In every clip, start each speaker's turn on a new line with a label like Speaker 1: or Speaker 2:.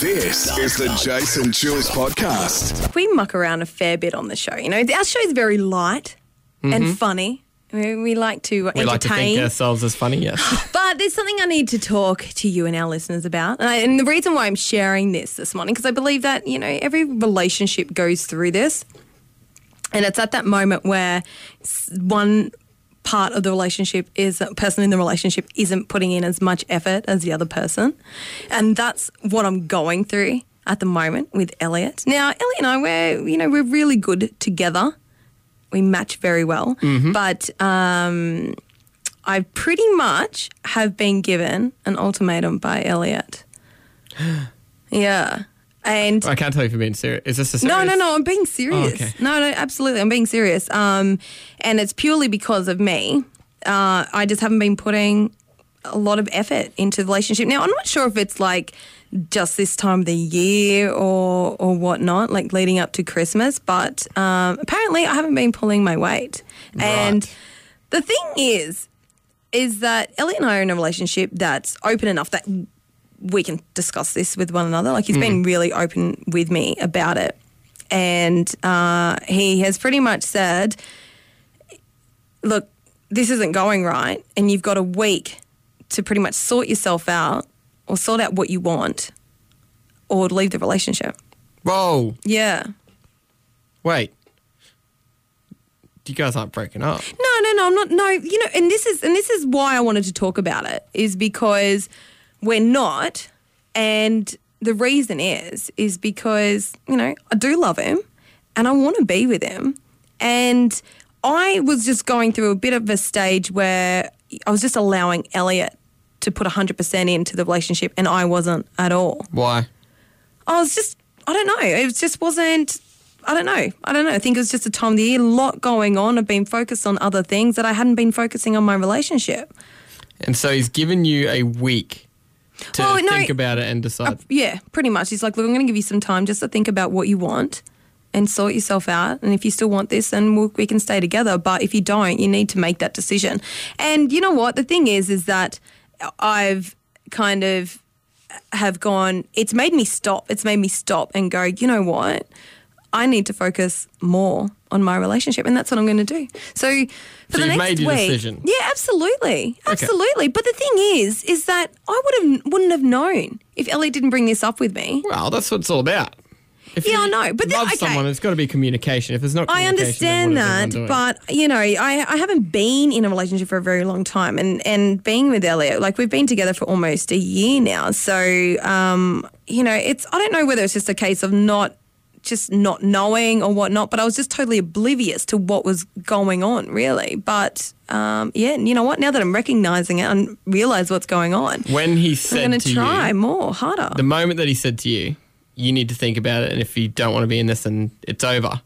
Speaker 1: This is the Jason Jules podcast.
Speaker 2: we muck around a fair bit on the show. You know, our show's very light and funny. We, we like to
Speaker 3: Mm-hmm. We
Speaker 2: entertain.
Speaker 3: like to think ourselves as funny, yes.
Speaker 2: But there's something I need to talk to you and our listeners about. And, I, and the reason why I'm sharing this this morning, because I believe that, you know, every relationship goes through this. And it's at that moment where s- one part of the relationship is that person in the relationship isn't putting in as much effort as the other person. And that's what I'm going through at the moment with Elliot. Now, Elliot and I, we're, you know, we're really good together. We match very well. But um, I pretty much have been given an ultimatum by Elliot. yeah. And
Speaker 3: I can't tell if you're being serious. Is this a serious?
Speaker 2: no, no, no, I'm being serious.
Speaker 3: Oh, okay.
Speaker 2: No, no, absolutely. I'm being serious. Um, and it's purely because of me. Uh, I just haven't been putting a lot of effort into the relationship. Now, I'm not sure if it's like just this time of the year or or whatnot, like leading up to Christmas, but um, apparently I haven't been pulling my weight. And
Speaker 3: Right.
Speaker 2: the thing is, is that Elliot and I are in a relationship that's open enough that we can discuss this with one another. Like he's been really open with me about it, and uh, he has pretty much said, "Look, this isn't going right, and you've got a week to pretty much sort yourself out or sort out what you want, or leave the relationship."
Speaker 3: Whoa,
Speaker 2: Yeah.
Speaker 3: wait. You guys aren't breaking up.
Speaker 2: No, no, no, I'm not. No, you know, and this is and this is why I wanted to talk about it is because we're not, and the reason is is because you know I do love him, and I want to be with him, and I was just going through a bit of a stage where I was just allowing Elliot to put 100% into the relationship, and I wasn't at all.
Speaker 3: Why?
Speaker 2: I was just, I don't know. It just wasn't, I don't know. I don't know. I think it was just a time of the year, a lot going on. I've been focused on other things that I hadn't been focusing on my relationship.
Speaker 3: And so he's given you a week to
Speaker 2: Well, no, Uh,
Speaker 3: think about it and decide.
Speaker 2: Yeah, pretty much. He's like, look, I'm going to give you some time just to think about what you want and sort yourself out. And if you still want this, then we'll, we can stay together. But if you don't, you need to make that decision. And you know what? The thing is, is that I've kind of have gone, it's made me stop. It's made me stop and go, you know what? I need to focus more on my relationship, and that's what I'm going to do. So, for the
Speaker 3: So you've
Speaker 2: next
Speaker 3: made your
Speaker 2: week,
Speaker 3: decision.
Speaker 2: yeah, absolutely, absolutely. But the thing is, is that I would have wouldn't have known if Ellie didn't bring this up with me.
Speaker 3: Well, that's what it's all about. If
Speaker 2: Yeah,
Speaker 3: you
Speaker 2: I know, but the-
Speaker 3: love
Speaker 2: okay.
Speaker 3: someone, it's got to be communication. If there's not,
Speaker 2: I
Speaker 3: communication, then
Speaker 2: understand
Speaker 3: what is
Speaker 2: that,
Speaker 3: everyone doing?
Speaker 2: but you know, I, I haven't been in a relationship for a very long time, and and being with Elliot, like we've been together for almost a year now. So, um, you know, it's I don't know whether it's just a case of not just not knowing or whatnot, but I was just totally oblivious to what was going on, really. But um, yeah, and you know what? Now that I'm recognizing it and realize what's going on,
Speaker 3: when he
Speaker 2: I'm
Speaker 3: said
Speaker 2: going
Speaker 3: to
Speaker 2: to try
Speaker 3: you,
Speaker 2: more harder.
Speaker 3: the moment that he said to you, you need to think about it, and if you don't want to be in this, then it's over.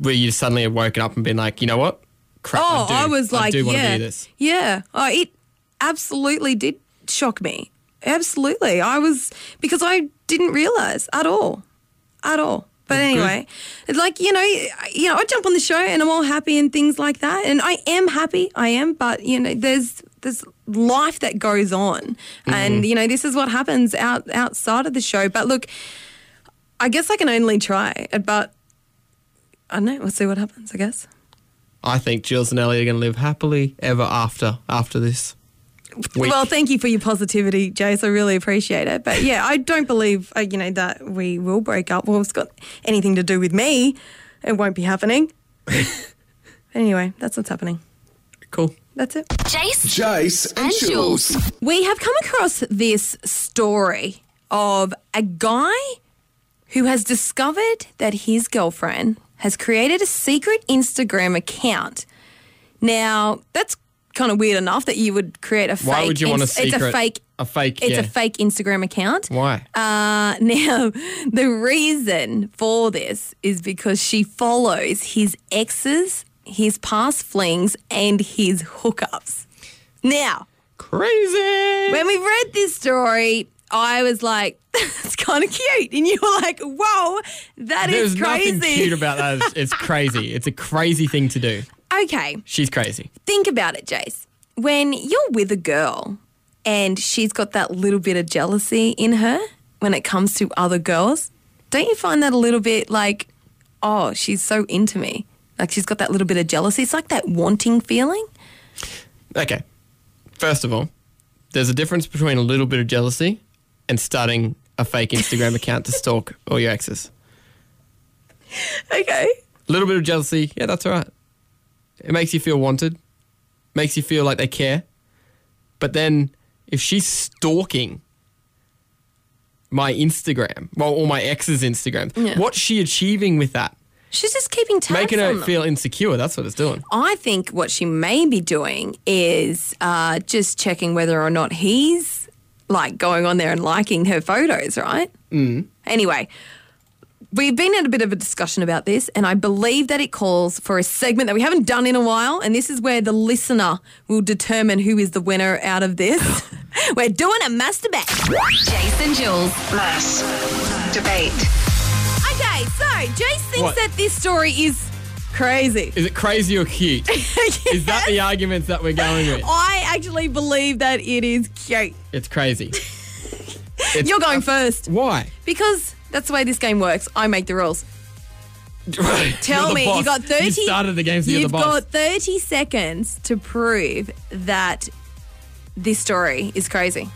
Speaker 3: Where you suddenly have woken up and been like, you know what? Crap,
Speaker 2: Oh,
Speaker 3: I, do,
Speaker 2: I was like,
Speaker 3: do want
Speaker 2: yeah,
Speaker 3: to do this.
Speaker 2: yeah. Oh, it absolutely did shock me. Absolutely, I was because I didn't realize at all, at all. But anyway, it's like you know, I- you know, I jump on the show and I'm all happy and things like that, and I am happy, I am. But you know, there's there's life that goes on,
Speaker 3: Mm-hmm.
Speaker 2: and you know, this is what happens out outside of the show. But look, I guess I can only try, but I don't know. We'll see what happens. I guess.
Speaker 3: I think Jules and Ellie are going to live happily ever after after this. Week.
Speaker 2: Well, thank you for your positivity, Jace. I really appreciate it. But yeah, I don't believe uh, you know that we will break up. Well, it's got anything to do with me. It won't be happening. anyway, that's what's happening.
Speaker 3: cool.
Speaker 2: That's it.
Speaker 4: Jace
Speaker 1: Jace and
Speaker 4: And Jules.
Speaker 1: Jules.
Speaker 2: We have come across this story of a guy who has discovered that his girlfriend has created a secret Instagram account. Now, that's kind of weird enough that you would create a fake.
Speaker 3: Why would you want a
Speaker 2: ins- It's a
Speaker 3: secret-
Speaker 2: fake.
Speaker 3: a fake,
Speaker 2: It's
Speaker 3: yeah.
Speaker 2: a fake Instagram account.
Speaker 3: Why?
Speaker 2: Uh, now, the reason for this is because she follows his exes, his past flings, and his hookups. Now,
Speaker 3: Crazy.
Speaker 2: when we read this story, I was like, that's kind of cute. And you were like, whoa, that is
Speaker 3: There's
Speaker 2: crazy.
Speaker 3: nothing cute about that. It's, it's crazy. It's a crazy thing to do.
Speaker 2: okay,
Speaker 3: She's crazy.
Speaker 2: think about it, Jace. When you're with a girl and she's got that little bit of jealousy in her when it comes to other girls, don't you find that a little bit like, oh, she's so into me? Like she's got that little bit of jealousy. It's like that wanting feeling.
Speaker 3: Okay. First of all, there's a difference between a little bit of jealousy and starting a fake Instagram account to stalk all your exes.
Speaker 2: Okay.
Speaker 3: A little bit of jealousy, yeah, that's all right. It makes you feel wanted, makes you feel like they care. But then if she's stalking my Instagram, well, all my ex's Instagram,
Speaker 2: Yeah.
Speaker 3: what's she achieving with that?
Speaker 2: She's just keeping tabs
Speaker 3: Making
Speaker 2: on
Speaker 3: her
Speaker 2: them.
Speaker 3: feel insecure, that's what it's doing.
Speaker 2: I think what she may be doing is uh, just checking whether or not he's like going on there and liking her photos, right? Mm. Anyway, we've been in a bit of a discussion about this, and I believe that it calls for a segment that we haven't done in a while, and this is where the listener will determine who is the winner out of this. We're doing a master bet.
Speaker 4: Jason Jules.
Speaker 5: Mass debate.
Speaker 2: Okay, so Jace thinks
Speaker 3: What?
Speaker 2: that this story is crazy.
Speaker 3: Is it crazy or cute? Is that the arguments that we're going with?
Speaker 2: I actually believe that it is cute.
Speaker 3: It's crazy. It's-
Speaker 2: You're going first.
Speaker 3: Why?
Speaker 2: Because that's the way this game works. I make the rules. Tell
Speaker 3: You're the
Speaker 2: me,
Speaker 3: boss.
Speaker 2: you got 30.
Speaker 3: You started the game, so you're
Speaker 2: You've
Speaker 3: the boss.
Speaker 2: got 30 seconds to prove that this story is crazy.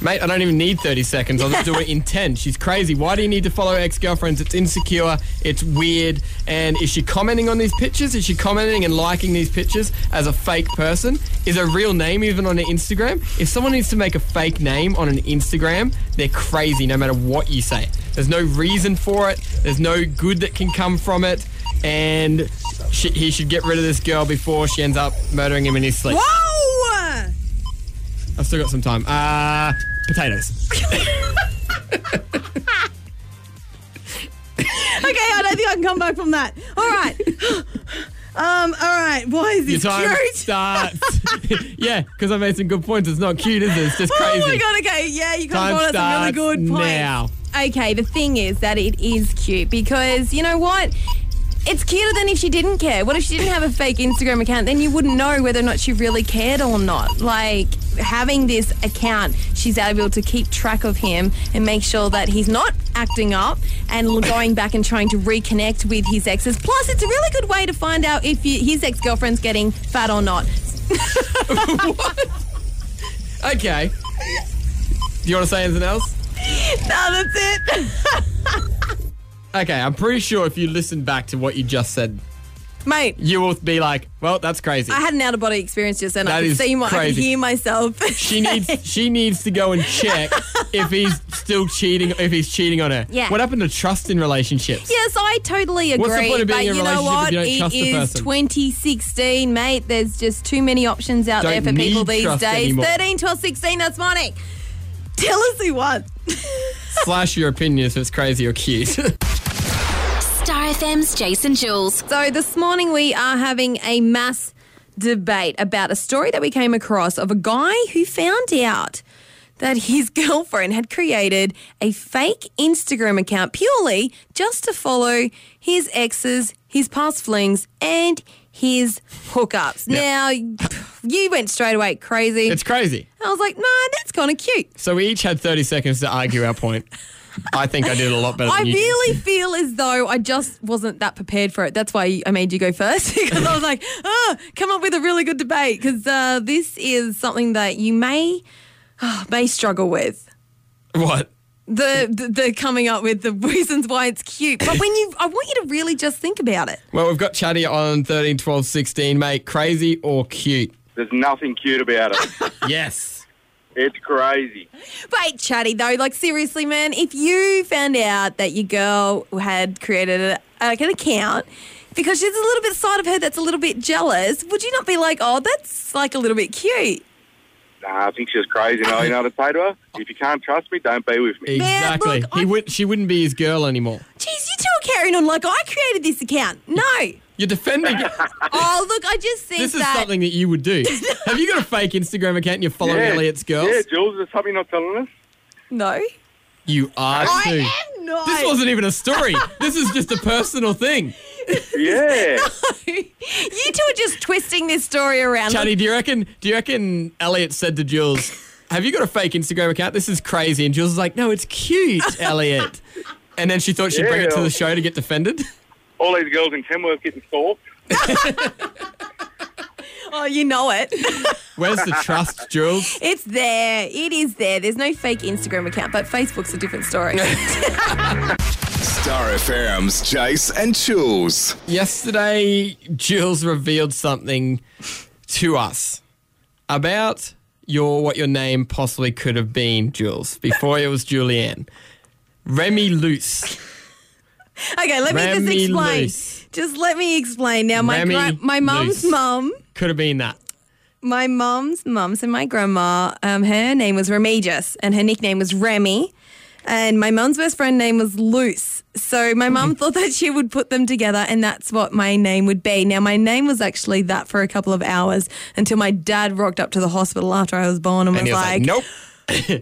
Speaker 3: Mate, I don't even need 30 seconds. I'll just do it in 10. She's crazy. Why do you need to follow ex girlfriends? It's insecure. It's weird. And is she commenting on these pictures? Is she commenting and liking these pictures as a fake person? Is her real name even on her Instagram? If someone needs to make a fake name on an Instagram, they're crazy no matter what you say. There's no reason for it, there's no good that can come from it. And she, he should get rid of this girl before she ends up murdering him in his sleep.
Speaker 2: Whoa!
Speaker 3: I've still got some time. Uh, potatoes.
Speaker 2: Okay, I don't think I can come back from that. All right. Um, all right. Why is
Speaker 3: Your
Speaker 2: this
Speaker 3: time
Speaker 2: cute?
Speaker 3: starts. yeah, because I made some good points. It's not cute, is it? It's just crazy.
Speaker 2: Oh my god, okay, yeah, you
Speaker 3: Time
Speaker 2: come on some really
Speaker 3: starts
Speaker 2: good points.
Speaker 3: now.
Speaker 2: Okay, the thing is that it is cute because you know what? It's cuter than if she didn't care. What if she didn't have a fake Instagram account? Then you wouldn't know whether or not she really cared or not. Like having this account, she's able to keep track of him and make sure that he's not acting up and going back and trying to reconnect with his exes. Plus, it's a really good way to find out if you, his ex girlfriend's getting fat or not.
Speaker 3: Okay. Do you want to say anything else?
Speaker 2: Now that's it.
Speaker 3: Okay, I'm pretty sure if you listen back to what you just said,
Speaker 2: Mate,
Speaker 3: you will be like, "Well, that's crazy."
Speaker 2: I had an out of body experience just then.
Speaker 3: That
Speaker 2: I could
Speaker 3: is
Speaker 2: see my, I could
Speaker 3: crazy.
Speaker 2: hear myself.
Speaker 3: she needs she needs to go and check if he's still cheating if he's cheating on her.
Speaker 2: Yeah.
Speaker 3: What happened to trust in relationships?
Speaker 2: yes, I totally agree.
Speaker 3: What's the point of being
Speaker 2: but
Speaker 3: in a
Speaker 2: you know what?
Speaker 3: relationship if
Speaker 2: It
Speaker 3: you don't trust the
Speaker 2: is
Speaker 3: person?
Speaker 2: 2016, mate. There's just too many options out
Speaker 3: Don't
Speaker 2: there for people
Speaker 3: need
Speaker 2: these
Speaker 3: trust
Speaker 2: days.
Speaker 3: anymore.
Speaker 2: 13, 12, 16, that's money. Tell us who won.
Speaker 3: Slash your opinion if it's crazy or cute.
Speaker 4: Star FM's Jason Jules.
Speaker 2: So this morning we are having a mass debate about a story that we came across of a guy who found out that his girlfriend had created a fake Instagram account purely just to follow his exes, his past flings, and his hookups. Now, you went straight away crazy.
Speaker 3: it's crazy.
Speaker 2: I was like, nah, that's kind of cute.
Speaker 3: So we each had 30 seconds to argue our point. I think I did a lot better.
Speaker 2: I
Speaker 3: than you did.
Speaker 2: really feel as though I just wasn't that prepared for it. That's why I made you go first because I was like, oh, come up with a really good debate because uh, this is something that you may ah, may struggle with.
Speaker 3: What?
Speaker 2: The, the the coming up with the reasons why it's cute, but when you, I want you to really just think about it.
Speaker 3: Well, we've got Chatty on 13, 12, 16, mate. Crazy or cute?
Speaker 6: There's nothing cute about it.
Speaker 3: Yes.
Speaker 6: it's crazy.
Speaker 2: Wait, chatty though, like seriously, man, if you found out that your girl had created a, like an account because there's a little bit side of her that's a little bit jealous, would you not be like, oh, that's like a little bit cute?
Speaker 6: Nah, I think she's crazy. No, you know what I say to her? If you can't trust me, don't be with me.
Speaker 3: Exactly.
Speaker 2: look,
Speaker 3: he
Speaker 2: I-
Speaker 3: would, she wouldn't be his girl anymore.
Speaker 2: Jeez, you two are carrying on like I created this account. No.
Speaker 3: You're defending.
Speaker 2: oh, look, I just think
Speaker 3: this is
Speaker 2: that.
Speaker 3: something that you would do. Have you got a fake Instagram account and you're following Elliot's girls?
Speaker 6: Yeah, Jules, is there something you're not telling us?
Speaker 2: No.
Speaker 3: You are too.
Speaker 2: I am not.
Speaker 3: This wasn't even a story. this is just a personal thing.
Speaker 6: Yeah.
Speaker 2: you two are just twisting this story around.
Speaker 3: Chatty, do you reckon? Do you reckon Elliot said to Jules, have you got a fake Instagram account? This is crazy. And Jules is like, no, it's cute, Elliot. and then she thought she'd bring it to
Speaker 6: Yeah.
Speaker 3: the show to get defended.
Speaker 6: All these girls in Tamworth getting stalked.
Speaker 2: Oh, you know it.
Speaker 3: Where's the trust, Jules?
Speaker 2: It's there. It is there. There's no fake Instagram account, but Facebook's a different story.
Speaker 1: Star FM's Jace and Jules.
Speaker 3: Yesterday, Jules revealed something to us about your what your name possibly could have been, Jules, before it was Julianne. Remy Luce.
Speaker 2: Okay, let me just
Speaker 3: Remy
Speaker 2: explain.
Speaker 3: Luce.
Speaker 2: Just let me explain. Now, my
Speaker 3: Remy
Speaker 2: gra- my mum's
Speaker 3: Luce.
Speaker 2: mum,
Speaker 3: Could have been that.
Speaker 2: my mum's mum, so my grandma, um, her name was Remigius, and her nickname was Remy, and my mum's best friend name was Luce. So my mum
Speaker 3: Mm-hmm.
Speaker 2: thought that she would put them together, and that's what my name would be. Now, my name was actually that for a couple of hours until my dad rocked up to the hospital after I was born and,
Speaker 3: And he
Speaker 2: was
Speaker 3: was like, nope.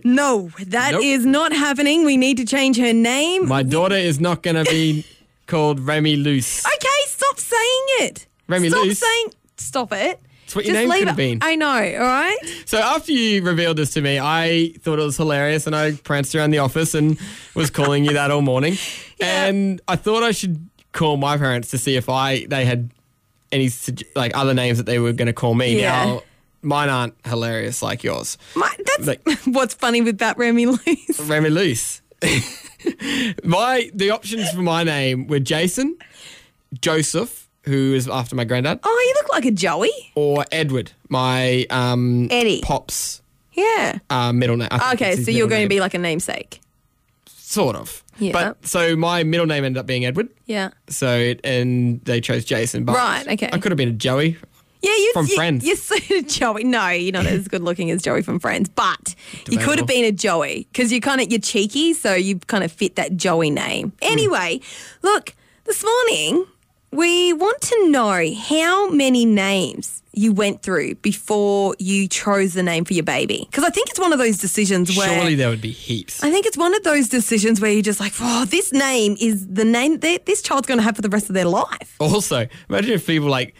Speaker 2: No, that is
Speaker 3: Nope.
Speaker 2: not happening. We need to change her name.
Speaker 3: My daughter is not going to be called Remy Luce.
Speaker 2: okay, stop saying it.
Speaker 3: Remy
Speaker 2: stop
Speaker 3: Luce.
Speaker 2: saying. Stop it. It's
Speaker 3: what your name could have been.
Speaker 2: I know. All right.
Speaker 3: So after you revealed this to me, I thought it was hilarious, and I pranced around the office and was calling you that all morning.
Speaker 2: Yeah.
Speaker 3: And I thought I should call my parents to see if I they had any sug- like other names that they were going to call me.
Speaker 2: Yeah.
Speaker 3: Now mine aren't hilarious like yours,
Speaker 2: My, that's
Speaker 3: Like-
Speaker 2: what's funny with that Remy Luce.
Speaker 3: Remy Luce. my the options for my name were Jason, Joseph, who is after my granddad,
Speaker 2: Oh, you look like a Joey.
Speaker 3: or Edward, my um,
Speaker 2: Eddie.
Speaker 3: pops.
Speaker 2: Yeah.
Speaker 3: Uh, middle name. I think
Speaker 2: Okay,
Speaker 3: it's his
Speaker 2: so you're
Speaker 3: middle
Speaker 2: going
Speaker 3: name.
Speaker 2: to be like a namesake.
Speaker 3: sort of.
Speaker 2: Yeah.
Speaker 3: But so my middle name ended up being Edward.
Speaker 2: Yeah.
Speaker 3: So it, and they chose Jason. But
Speaker 2: Right, okay.
Speaker 3: I could have been a Joey.
Speaker 2: Yeah, you
Speaker 3: From
Speaker 2: you,
Speaker 3: Friends.
Speaker 2: You're so Joey. No, you're not as good looking as Joey from Friends, but you could have
Speaker 3: Debatable.
Speaker 2: been a Joey because you're kind of you're cheeky, so you kind of fit that Joey name.
Speaker 3: Hmm.
Speaker 2: Anyway, look, this morning we want to know how many names you went through before you chose the name for your baby because I think it's one of those decisions where
Speaker 3: Surely there would be heaps.
Speaker 2: I think it's one of those decisions where you're just like, oh, this name is the name that this child's going to have for the rest of their life.
Speaker 3: also, imagine if people like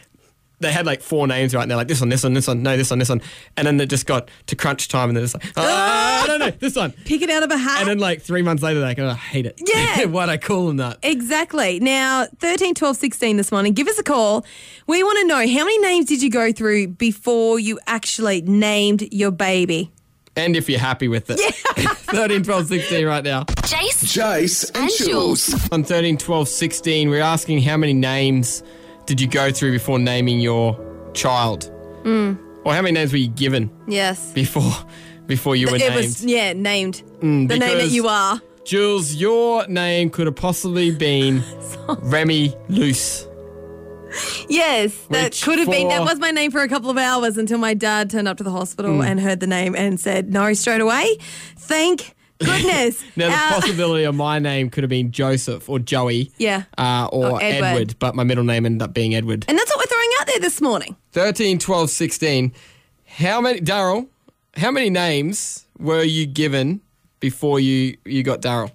Speaker 3: they had like four names right and they're like this one, this one, this one, no, this one, this one. And then they just got to crunch time and they're just like, ah, no, no, this one.
Speaker 2: Pick it out of a hat.
Speaker 3: And then like three months later they're like, oh, I hate it.
Speaker 2: Yeah.
Speaker 3: Why'd I call them that?
Speaker 2: Exactly. Now, 13, 12, 16 this morning, give us a call. We want to know how many names did you go through before you actually named your baby?
Speaker 3: And if you're happy with it. 13, 12, 16 right now.
Speaker 4: Jace
Speaker 1: Jace and,
Speaker 4: and Jules.
Speaker 1: Jules.
Speaker 3: On 13, 12, 16, we're asking how many names did you go through before naming your child?
Speaker 2: Hmm.
Speaker 3: Or how many names were you given
Speaker 2: Yes.
Speaker 3: before before you were
Speaker 2: it
Speaker 3: named? Mm,
Speaker 2: was, yeah, named. the name that
Speaker 3: because-
Speaker 2: you are.
Speaker 3: Jules, your name could have possibly been Remy Luce.
Speaker 2: Yes, that
Speaker 3: Which
Speaker 2: could have been. That
Speaker 3: for- Mm.
Speaker 2: was my name for a couple of hours until my dad turned up to the hospital and heard the name and said no straight away. Thank goodness.
Speaker 3: Now, the
Speaker 2: Our-
Speaker 3: possibility of my name could have been Joseph or Joey.
Speaker 2: Uh, Yeah.
Speaker 3: Uh, or
Speaker 2: Or Edward.
Speaker 3: Edward. but my middle name ended up being Edward.
Speaker 2: and that's what we're throwing out there this morning.
Speaker 3: 13, 12, 16. How many, Daryl, how many names were you given before you, you got Daryl?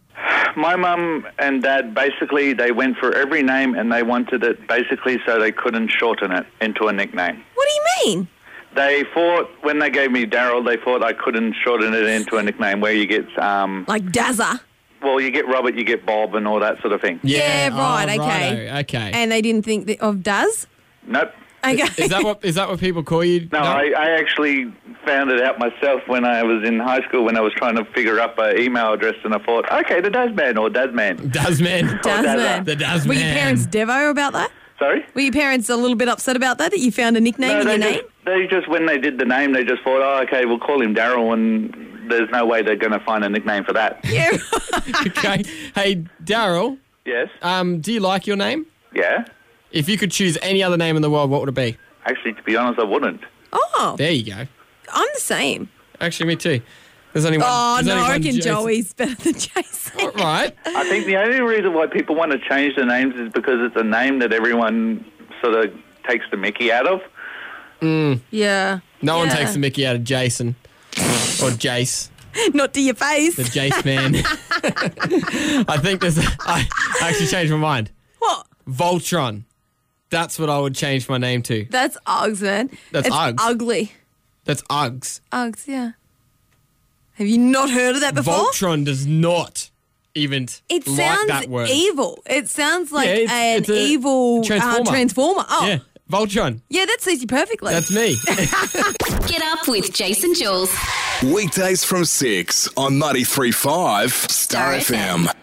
Speaker 7: My mum and dad basically they went for every name and they wanted it basically so they couldn't shorten it into a nickname.
Speaker 2: What do you mean?
Speaker 7: They thought when they gave me Daryl, they thought I couldn't shorten it into a nickname where you get um
Speaker 2: Like Dazza.
Speaker 7: well you get Robert, you get Bob and all that sort of thing.
Speaker 2: Yeah, right,
Speaker 3: oh,
Speaker 2: okay.
Speaker 3: righto, okay.
Speaker 2: And they didn't think that of Daz.
Speaker 7: Nope.
Speaker 2: Okay.
Speaker 3: is that what is that what people call you?
Speaker 7: No, I, I actually found it out myself when I was in high school when I was trying to figure up an email address and I thought, okay, the Dasman or Dasman.
Speaker 3: Dasman.
Speaker 2: Dasman.
Speaker 3: The Dasman.
Speaker 2: uh, Were your parents devo about that?
Speaker 7: Sorry?
Speaker 2: Were your parents a little bit upset about that? That you found a nickname in
Speaker 7: they
Speaker 2: your
Speaker 7: just,
Speaker 2: name?
Speaker 7: They just when they did the name, they just thought, oh, okay, we'll call him Daryl, and there's no way they're going to find a nickname for that.
Speaker 2: Yeah.
Speaker 3: okay. Hey, Daryl,
Speaker 7: yes.
Speaker 3: um, do you like your name?
Speaker 7: yeah.
Speaker 3: If you could choose any other name in the world, what would it be?
Speaker 7: Actually, to be honest, I wouldn't.
Speaker 2: oh,
Speaker 3: There you go.
Speaker 2: I'm the same.
Speaker 3: Actually, me too. There's only one.
Speaker 2: Oh,
Speaker 3: there's
Speaker 2: no,
Speaker 3: only
Speaker 2: I
Speaker 3: one
Speaker 2: reckon
Speaker 3: Jason.
Speaker 2: Joey's better than Jason.
Speaker 3: Right.
Speaker 7: I think the only reason why people want to change the names is because it's a name that everyone sort of takes the Mickey out of.
Speaker 2: Yeah.
Speaker 3: No one
Speaker 2: Yeah.
Speaker 3: takes the Mickey out of Jason or Jace.
Speaker 2: Not to your face.
Speaker 3: The Jace man. I think there's. I, I actually changed my mind.
Speaker 2: what?
Speaker 3: Voltron. That's what I would change my name to.
Speaker 2: That's Uggs, man.
Speaker 3: That's
Speaker 2: it's
Speaker 3: Uggs.
Speaker 2: ugly.
Speaker 3: That's Uggs.
Speaker 2: Uggs, yeah. Have you not heard of that before?
Speaker 3: Voltron does not even
Speaker 2: It
Speaker 3: like
Speaker 2: sounds
Speaker 3: that word.
Speaker 2: evil. It sounds like
Speaker 3: Yeah, it's-
Speaker 2: an
Speaker 3: it's a
Speaker 2: evil
Speaker 3: transformer.
Speaker 2: Uh, transformer. Oh,
Speaker 3: Yeah,
Speaker 2: yeah.
Speaker 3: Voltron.
Speaker 2: that suits you perfectly.
Speaker 3: That's me.
Speaker 4: Get up with Jason Jules.
Speaker 1: Weekdays from 6 on 93.5 Star
Speaker 4: Star FM.
Speaker 1: FM.